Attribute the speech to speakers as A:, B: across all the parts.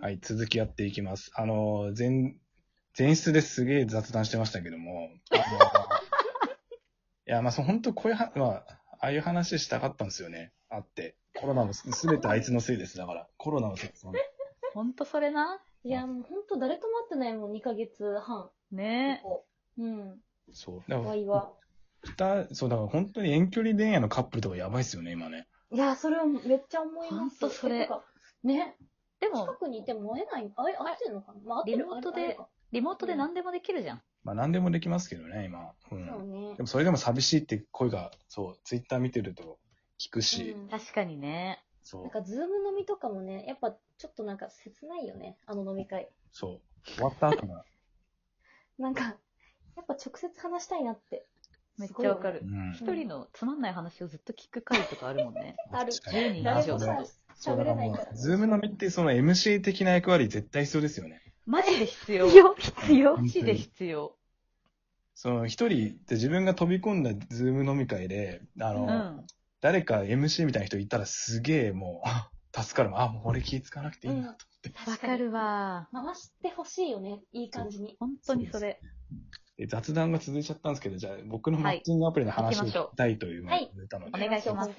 A: はい、続きやっていきます。あの、前、前室ですげえ雑談してましたけど も、あのいや、まあ、そう、本当こういうは、まあ、ああいう話したかったんですよね。あって。コロナもす、すべてあいつのせいです。だから、コロナのせいです。
B: ほんとそれな。
C: いや、もうほんと誰とも会ってないもん、2ヶ月半。
B: ね
C: ここうん。
A: そう。だか
C: わ
A: ら
C: いわ。
A: 二、そう、だから本当に遠距離恋愛のカップルとかやばいっすよね、今ね。
C: いや、それはめっちゃ思います。
B: ほんとそれ
C: てか。ね。
B: で
C: 近
B: も、
C: くにいても会えないあ会え会ってんのかなまあ、会って
B: リ
C: る
B: モート
C: 会え
B: で
C: る、
B: リモートで何でもできるじゃん。
A: まあ、何でもできますけどね、今。う。
C: 会えるかそうんね
A: で。も、それでも寂しいって声が、そう、ツイッター見てると聞くし、
C: うん
B: 確かにね。
A: そ
C: なん
A: う、
C: か、ズーム飲みとかもね、やっぱ、ちょっとなんか、切ないよね。あの飲み会。
A: そう。終わった後が、
C: なんか、やっぱ直接話したいなって。
B: めっちゃわか
C: る。
B: る
A: う。ん。
B: 一人のつまんない話をずっと聞く回とかあるもん ね。
C: ある。
A: 確か
B: 10
A: に
B: 人以
C: 誰
B: 上
C: も
B: だ
C: さ
B: と。、
A: そう
C: 喋
A: だか
C: れ
A: ら
C: ない
A: も
C: から。
A: う、ズーム飲みってその MC 的な役割絶対必要ですよね。
B: マジで必要。
C: 必要、必要。
B: マジで必要。
A: その一人って自分が飛び込んだズーム飲み会で、あの、
B: うん。
A: 誰か MC みたいな人いたらすげえもう、 助かるもん。あ、もう俺気ぃつかなくていいなと。
B: わかるわ。
C: 回してほしいよね。いい感じに。
B: 本当にそれ。
A: で雑談が続いちゃったんですけど、じゃあ僕のマッチングアプリの話を
B: はい行きまし
A: 聞
B: ょう
A: きたいというのを言ったので、
B: はいお願いします。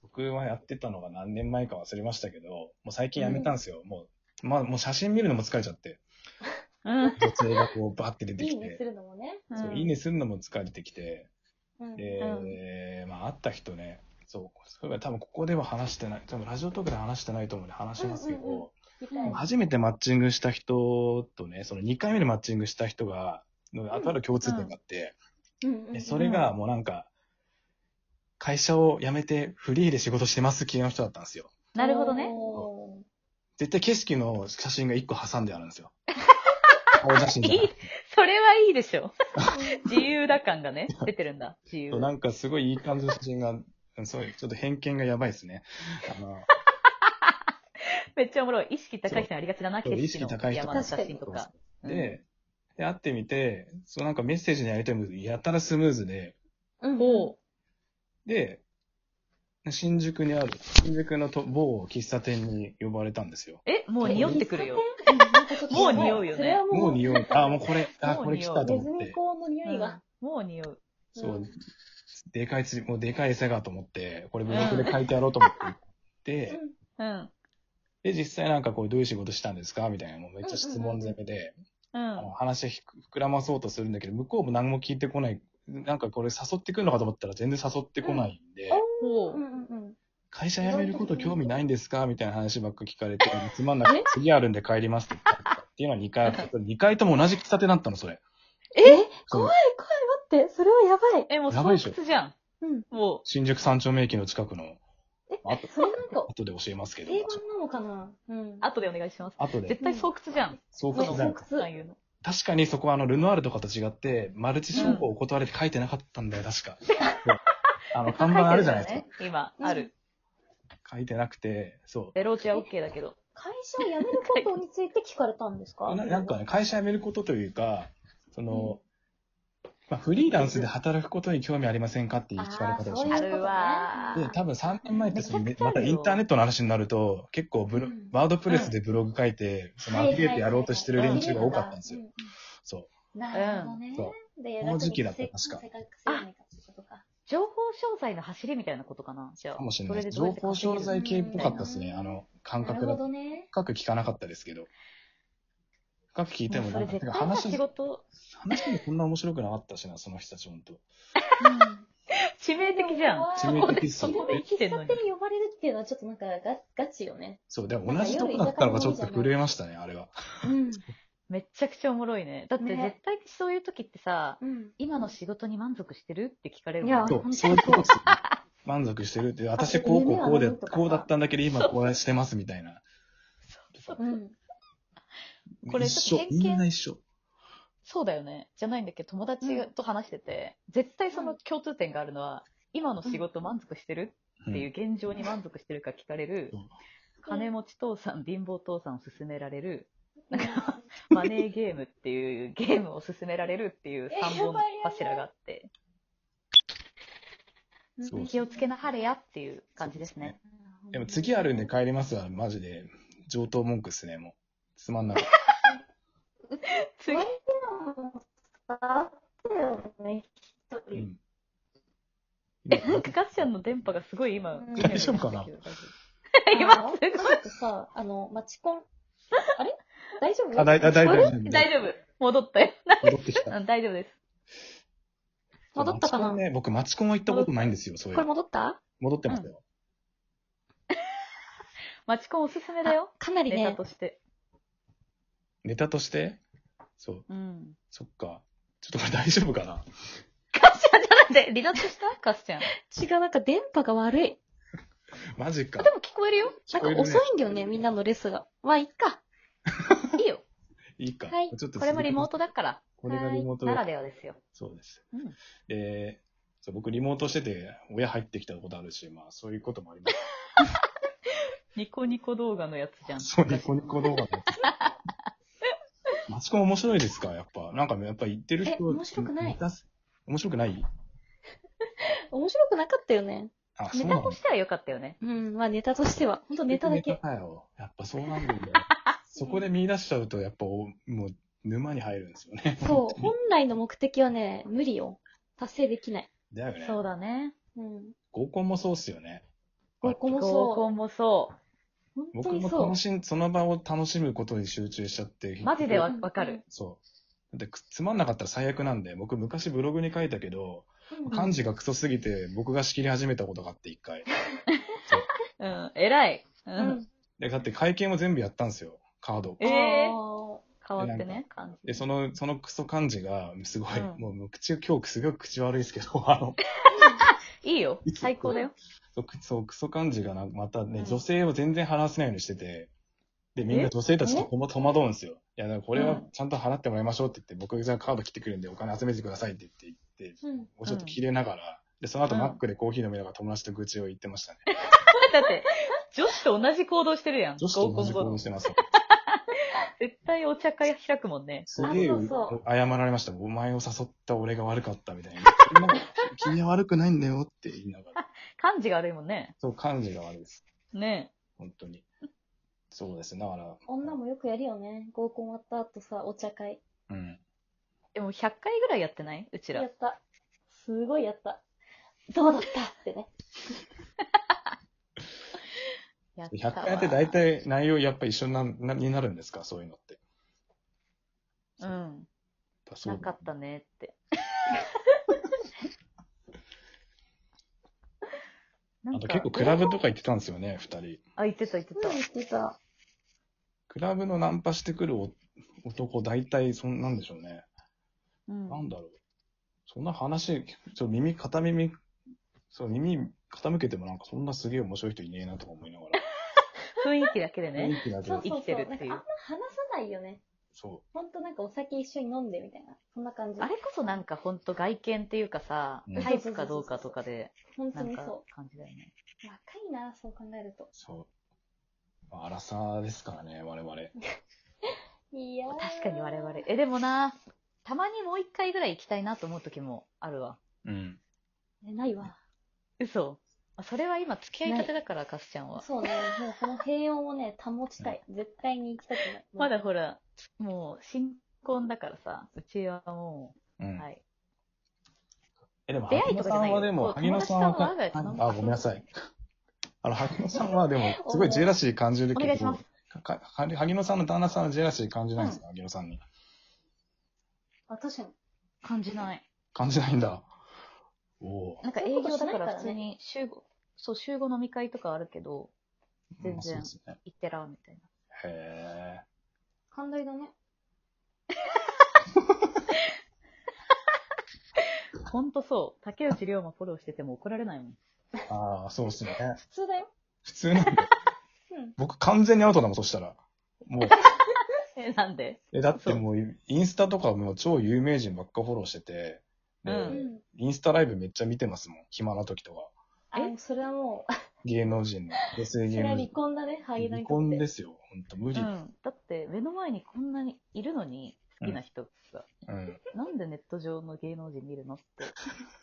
A: 僕はやってたのが何年前か忘れましたけど、もう最近やめたんですよ。もう、まあもう写真見るのも疲れちゃって、
B: うん。
A: 女性がこうバーって出て
C: いい
A: き
C: ねす
A: て、
C: るのもね。
A: そういいねするのも疲れてきて、
C: うん
A: で、まあ、会った人ね、そう、そういえば多分ここでは話してない、多分ラジオトークで話してないと思うんで話しますけど、
C: うんうんうん聞きた
B: う
C: い
B: ん
A: 初めてマッチングした人とね、その2回目でマッチングした人が、のあとある共通点があって、
C: うんうんうん
A: でそれがもうなんか、会社を辞めてフリーで仕事してます系の人だったんですよ。
B: なるほどね。
C: お
A: 絶対景色の写真が1個挟んであるんです よ。顔写真じゃない
B: いそれはいいでしょ。
C: ー
B: 自由だ 感がね、出てるんだ。自由
A: そう。なんかすごいいい感じの写真が、うんそういう、ちょっと偏見がやばいですね。あの
B: めっちゃおもろい。意識高い人にありがちだな、
A: そう
B: 景
A: 意識
B: 色
A: 高
B: の
A: い人
B: 山の写真と
A: 確
B: か。
A: で、で会ってみて、そうなんかメッセージのやり取りもやたらスムーズで、
C: うん
B: おう
A: で、新宿にある、新宿のと某喫茶店に呼ばれたんですよ。
B: え、もう匂ってくるよ。
C: も
B: もう匂うよね
C: それは
A: も
C: も
A: う
C: う、
A: 匂 い、あ、もうこれ、あ、
B: もう匂い
A: これ来たと
C: ネ
A: 思
C: ズ
A: っ
C: ミ
A: て。
C: 講の匂いが。、
B: うんもう匂う。
A: そううんでかい釣り、もうでかい餌がと思って、これブログで書いてやろうと思って行って、
B: うん。
A: で、実際なんかこう、どういう仕事したんですかみたいな、もうめっちゃ質問攻めで、
B: う
A: あの
B: ん。
A: 話ひく膨らまそうとするんだけど、向こうも何も聞いてこない、なんかこれ誘ってくるのかと思ったら全然誘ってこないんで、
C: うん
B: お
C: うん
B: う
C: うん
A: 会社辞めること興味ないんですかみたいな話ばっか聞かれて、つまんなくて、次あるんで帰りますって言ったっていうのは2回あった。2回とも同じ喫茶店だったの、それ。
C: え
A: そう
C: 怖待って、それはやばい。
B: え、もう
A: やばいでしょ
B: 巣窟じゃん。
C: うん。
B: も
A: 新宿三丁目駅の近くの、あと、
C: それなんか、
A: 後で教えますけど、
C: 定番なのかなうん
B: う、。後でお願いします。
A: 後で、
B: 絶対巣窟じゃん。
A: そう
C: ね
A: か
B: その
C: 巣窟
B: ああいうの。
A: 確かにそこはあの、ルノアールとかと違って、マルチ商法を断れて書いてなかったんだよ、確 か。そうあの、看板あるじゃないですか。
B: か。今、ある。
A: 書いてなくて、そう。
B: ベローチは OK だけど。
C: 会社を辞めることについて聞かれたんですか
A: ななんかね、会社辞めることというか、その、まあ、フリーランスで働くことに興味ありませんかっていう聞かれ方をし
C: あ
A: ま
C: ー
B: あ
A: す。
B: るわ
A: で、。多分3年前ってその
B: め
A: ね
B: ちゃくちゃ
A: ま
B: あ
A: た
B: るよ
A: インターネットの話になると、結構ブロ
C: うん
A: ワードプレスでブログ書いて、そのアフィリエイトやろうとしてる連中が多かったんですよ。
C: うう。
A: そ
C: なるほどね。
A: そ
C: で
A: この時期だった確か
C: せっく稼げないかってことか。
B: 情報商材の走りみたいなことかな。じゃ
A: う。
B: あ。
A: かもしれな
B: それ
A: い。
B: で
A: 情報商材系っぽかったですね。
C: うん
A: あの、感
C: な
A: 覚
C: る
A: だ
C: ほ
A: と。
C: どね。
A: 深く聞かなかったですけど。深く聞いても、な
B: それ
A: んか、て
B: 絶
A: か
B: 対な
A: 話
B: 仕
A: も、
B: 事、
A: 話もこんな面白くなかったしな、その人たち本当。
B: 致命的じゃん。
A: 致命的っす
C: そ
A: よ
C: こで
B: 生き
C: 喫
B: てん
C: 茶
B: のに
C: 店に呼ばれるっていうのはちょっとなんかガガチよね。
A: そう、でも同じとこだったのがちょっと震えましたね、あれは。
C: うん。
B: めっちゃくちゃおもろいね。だって
C: ね
B: 絶対そういう時ってさ、
C: うん。
B: 今の仕事に満足してるって聞かれるもん
C: いや
A: そ
C: 本当
A: う、
C: に
A: そういうことですよね。満足してるって、私こうこうこうで、
C: 夢は何とかさ
A: こうだったんだけど、今こうしてますみたいな。
C: うん。
B: これち
A: 一
B: ょっ
A: 緒
B: と、偏見
A: みんな一緒。
B: そうだよね。じゃないんだけど、友達と話してて、絶対その共通点があるのは、今の仕事満足してる
A: う
B: っ
A: ん
B: ていう現状に満足してるか聞かれる、
A: うん
B: 金持ち父さん、貧乏父さんを勧められる、なんか、マネーゲームっていうゲームを勧められるって いう3本柱があって、
A: そう
B: 気をつけなはれやっていう感じですね。
A: でも次あるんで帰りますは、マジで、上等文句っすね、もつまんなかっ
B: 次。
C: もさ、ってよね、一
A: た。う
C: 人。
A: ん。
B: え、なんかガッシャンの電波がすごい今、
C: うん
A: 大丈夫かな
B: 大丈夫
C: 今
B: すごい
C: ちょっとさ、あの、マチコン。あれ大丈夫
A: あ、だい、あだいぶ
B: 大
A: 大丈
B: 丈夫
A: 夫。
B: 大丈夫。戻ったよ。
A: 戻ってき た。
B: うん大丈夫です。
C: 戻った
A: マ
C: か
A: チ
C: な
A: コンね、僕、マチコンは行ったことないんですよ、そうい
C: こ
A: う
C: れ戻った
A: 戻ってますよ。
B: マチコンおすすめだよ。
C: あかなり
B: ネタ
C: ね
B: と、して。
A: ネタとしてそう、
B: うん。
A: そっか。ちょっとこれ大丈夫かな
B: ガッシャンじゃなくて、離脱したガッシャン。
C: 違う、なんか電波が悪い。
A: マジか
C: で。も聞こえるよ。
A: 聞
C: なん
A: こ
C: か
A: えるね
C: 遅いんだよね、みんなのレスが。まあ、いっか。い いよ。
A: いいか。
C: はい
A: ちょっと
B: これもリモー
A: ト。
B: トだから。
A: これがリモートで
B: ならではですよ。
A: そうです。
B: うん
A: で、そう僕、リモートしてて、親入ってきたことあるし、まあ、そういうこともあります。
B: ニコニコ動画のやつじゃ ん。
A: そう、ニコニコ動画のやつ。マチコン面白いですかやっぱ。なんかね、やっぱ言ってる人。
C: え面白くない
A: ネタす面白くない
C: 面白くなかったよね。
A: あ、そう
B: ネ
A: なの
B: タとしては良かったよね。
C: うん、まあネタとしては。ほんとネタだけ。
A: かよ。やっぱそうなんだ よ。そこで見出しちゃうと、やっぱお、もう、沼に入るんですよね。
C: そう。本来の目的はね、無理よ。達成できない。
A: だよね。
B: そうだね。
C: うん。
A: 合コンもそうっすよね。
C: 合コンも
B: 合コ
C: そ。
B: ンもそう
C: 本当
A: 僕
C: に
A: も
C: そう
A: 楽。しん、その場を楽しむことに集中しちゃって
B: う。。マジでわ
C: うん
B: わかる。
A: そう。で、くつまんなかったら最悪なんで、僕昔ブログに書いたけど、
C: うん
A: 漢字がクソすぎて僕が仕切り始めたことがあって一回。
B: うん。偉い。う。
C: うんん。
A: で、だって会見を全部やったんですよ。カードを。
B: えー
C: あ
B: 変わって
A: なん
B: ね、感じ。
A: で、その、そのクソ漢字が、すごい、
B: うん
A: もう口、今日すごい口悪いですけど、 あの、
B: いいよ。最高 だよ。
A: そうくそう、クソ漢字がな、またね、
C: うん
A: 女性を全然話せないようにしてて、で、みんな
B: え
A: 女性たちととも戸惑うんですよ。いや、だからこれ
B: う
A: は
B: ん
A: ちゃんと払ってもらいましょうって言って、僕じゃあカード切ってくるんでお金集めてくださいって言って行って、
C: ーうん。
A: もうちょっと切れながら、で、その後
B: うん
A: マックでコーヒー飲みながら友達と愚痴を言ってましたね。
B: だって、女子と同じ行動してるやん。
A: 女子と同
B: 合コ
A: じ
B: ン
A: 行動
B: 後。
A: してます。
B: 絶対お茶会開くもんね。
A: すげえ
C: あそうそう
A: 謝られました。お前を誘った俺が悪かったみたい な。そんな君は悪くないんだよって言いながら。
B: 感じが悪いもんね。
A: そう、感じが悪いです。
B: ね
A: 本当に。そうですね。だから。
C: 女もよくやるよね。合コン終わった後さ、お茶会。
A: うん。
B: え。でも100回ぐらいやってないうち
C: や
B: ら。
C: った。すごいやった。どうだったってね。
B: やっ
A: 100
B: たわ
A: 回やって大体内容やっぱ一緒ななになるんですかそういうのって。やっ
B: うん。
A: ぱそう
B: なかった ねって。なん
A: あと
B: か
A: 結構クラブとか行ってたんですよね、二人。
B: あ、言ってた言ってた
C: うん、。言ってた。
A: クラブのナンパしてくるお男、大体そんなんでしょうね。
B: うん
A: なんだろう。そんな話、ちょ耳、片耳、そう、耳傾けてもなんかそんなすげえ面白い人いねえなとか思いながら。
B: 雰囲気だけで
A: 雰
B: ね。
A: 囲気だけ
C: そ
A: ど
C: うそう
B: 生きて
C: そう。
B: る
C: なん
B: って
C: かあ
B: いうん
C: ま話さないよね。
A: そ
C: ほんとなんかお酒一緒に飲んでみたいな。そんな感じ。
B: あれこそなんかほんと外見っていうかさ
A: うん、
B: タイプかどうかとかで、
C: 本当
B: なん
C: に
B: か
C: そ
B: 感じだよね。
C: う。若いな、そう考えると
A: う、。そう。まあ、荒さですからね、我々。
C: いやー
B: 確かに我々。え、でもな、たまにもう一回ぐらい行きたいなと思う時もあるわ。
A: うん。
C: えないわ。
B: 嘘。あそれは今付き合いたてだから、カスちゃんは。
C: そうね。もうこの平穏をね、保ちたい。絶対に行きたくない。
B: まだほら、もう新婚だからさ、うちはも
A: うん。
B: う、はい。
A: え、でも、
B: 出会いとかじゃないよ
A: 萩野さんはでも、
B: そう
A: 萩野さんは
B: 友達と
A: あ
B: の我が家
A: あ、
B: で
A: ごめんなさい。あの、萩野さん はでも、すごいジェラシー感じる
B: お
A: け
B: 願いしま
A: ど
B: す、
A: かか萩野さんの旦那さんはジェラシー感じないんですか、萩野さんに。
C: あ、確かに。
B: 感じない。
A: 感じないんだ。おお。
B: なんか営業だ
C: そういうことし
B: か
C: ないから
B: ら
C: ね
B: 普通に週5、そう、週5飲み会とかあるけど、全然
A: まあそうですね。
B: 行ってらうみたいな。
A: へえ。
C: 寛大だね。
B: ほんとそう。竹内涼真フォローしてても怒られないもん。
A: ああ、そうですね。
C: 普通だよ。
A: 普通なんだ。
C: うん。
A: 僕、完全にアウトだもん、そしたら。も う、
B: え、なん で
A: え、だってもう、インスタとかもう超有名人ばっかフォローしてて、で
B: う
C: うん。
A: インスタライブめっちゃ見てますもん、暇な時とか。
C: あ、もうそれはもう、
A: 芸能人の、女性
C: そ
A: 芸
C: れ
A: 能
C: は離
A: 人。
C: 婚だね、萩野
A: 離
C: にとっ
A: 婚
C: て。
A: ですよ、本当無
B: う
A: 理。
B: ん。だって目の前にこんなにいるのに、好きな人が、
A: うん。
B: なんでネット上の芸能人見るのっ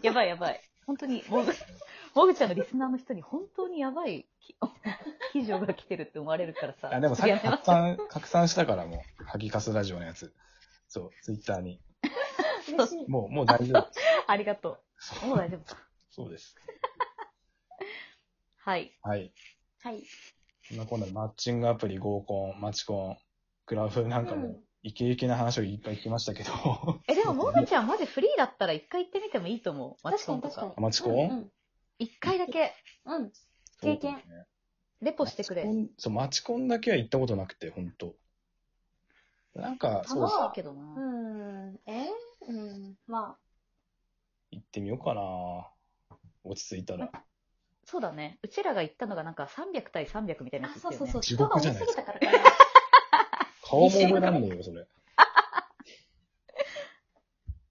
B: て。やばいやばい。本当に、もぐ もぐちゃんのリスナーの人に本当にやばいき 記事が来てるって思われるからさ。
A: あ、でもさっ
B: や
A: き
B: めま
A: 拡
B: す
A: 散、拡散したからもう、ハギカスラジオのやつ。そう、ツイッターに。
C: 嬉しい。
A: もう、もう大丈 夫。
B: ありがと。
A: そう
B: もう大丈夫。
A: そうです。
B: はい。
A: はい。
C: はい。
A: 今今度はマッチングアプリ、合コン、マチコン、クラブなんか
C: う
A: も
C: ん、
A: イケイケな話をいっぱい聞きましたけど。
B: え、でも、もぐちゃん、マジフリーだったら一回行ってみてもいいと思う。マ
C: 確
B: チ
C: か
B: コ
C: に
B: ンと
C: 確かに
B: か。。
A: マチコン
C: うん
B: 一回だけ、
C: うん。うん。
A: そう
C: 経
A: ですね
C: 験
B: レポしてくれ。
A: マチコンそう、マチコンだけは行ったことなくて、ほんと。なんか、
B: 楽し
A: そうです
B: いけど
C: う
B: な。
C: ん。えーうん。ま
A: 行ってみようかな落ち着いたら。
B: そうだね。うちらが行ったのがなんか300対300みたい
C: あ。
B: なや
C: あ、
B: つだ
C: そ
B: っ
C: うそう
B: たよね
C: そう。。
A: 地
C: 人が
A: 獄
C: 多
A: じ
C: す
A: ゃない
C: ぎ
A: です
C: た
A: か
C: からかな。
A: 顔も覚えらんねえよ、 それ。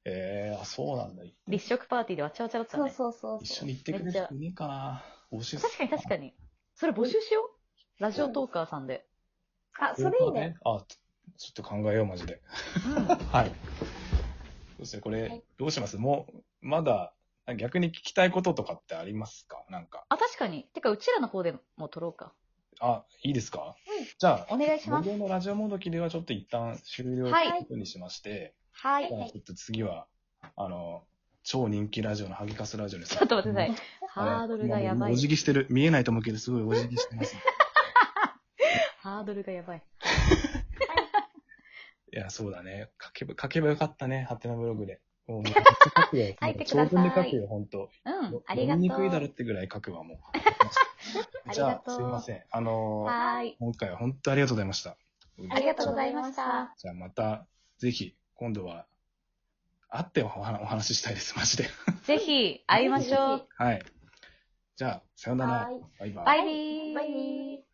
A: えー、あ、そうなんだ。
B: 立食パーティーでわちゃわちゃだ った
C: そう
B: ね。
C: そうそう
A: 一
C: そ
A: 緒
C: う。
A: に行ってくれ
B: めっち
A: る
B: ゃ
A: 人いねえかな募集
B: 確かに確かに。それ募集しよう。ラジオトーカーさんで。
C: あ、それいいね。。
A: あ、ちょっと考えよう、マジで。
B: うん。
A: はい。そうですね、こ
C: はい
A: れ、どうしますもう、まだ、逆に聞きたいこととかってありますかなんか。
B: あ、確かに。てか、うちらの方でも撮ろうか。
A: あ、いいですか
C: うん
A: じゃあ、
B: お願いします。
A: 僕のラジオもどきではちょっと一旦終了と
B: はい
A: いうことにしまして、
B: は。
C: はい
A: じゃあちょっと次は、あの、超人気ラジオのハギカスラジオです。
B: ちょっと待ってくださ
A: い。
B: い。ハードルがやば
A: お
B: い。
A: 辞儀してる。見えないと思うけど、すごいお辞儀してます。
B: ハードルがやばい。
A: いや、そうだね。書けば、書けばよかったね。ハテナブログで。もう、めっちゃ書くよ。
C: 書いてく
A: 長
C: ださい
A: 文で書くよ、ほんと。
B: うん。
C: ありが
A: 読み
C: とう
A: にくいだろってぐらい書くわ、もう。
C: ありがとう
A: じゃあ、すいません。あのー
C: は
B: は
C: ー
B: ー
C: い
B: い。
A: 今回は本当ありがとうございました。
C: ありがとうございました。
A: じゃあ、また、ぜひ、今度は、会ってお話お話ししたいです、マジで。
B: ぜひ、会いましょう。
A: はい。じゃあ、さようなら。
C: はーい
A: バイバイ
B: バイビー。
C: バイビー。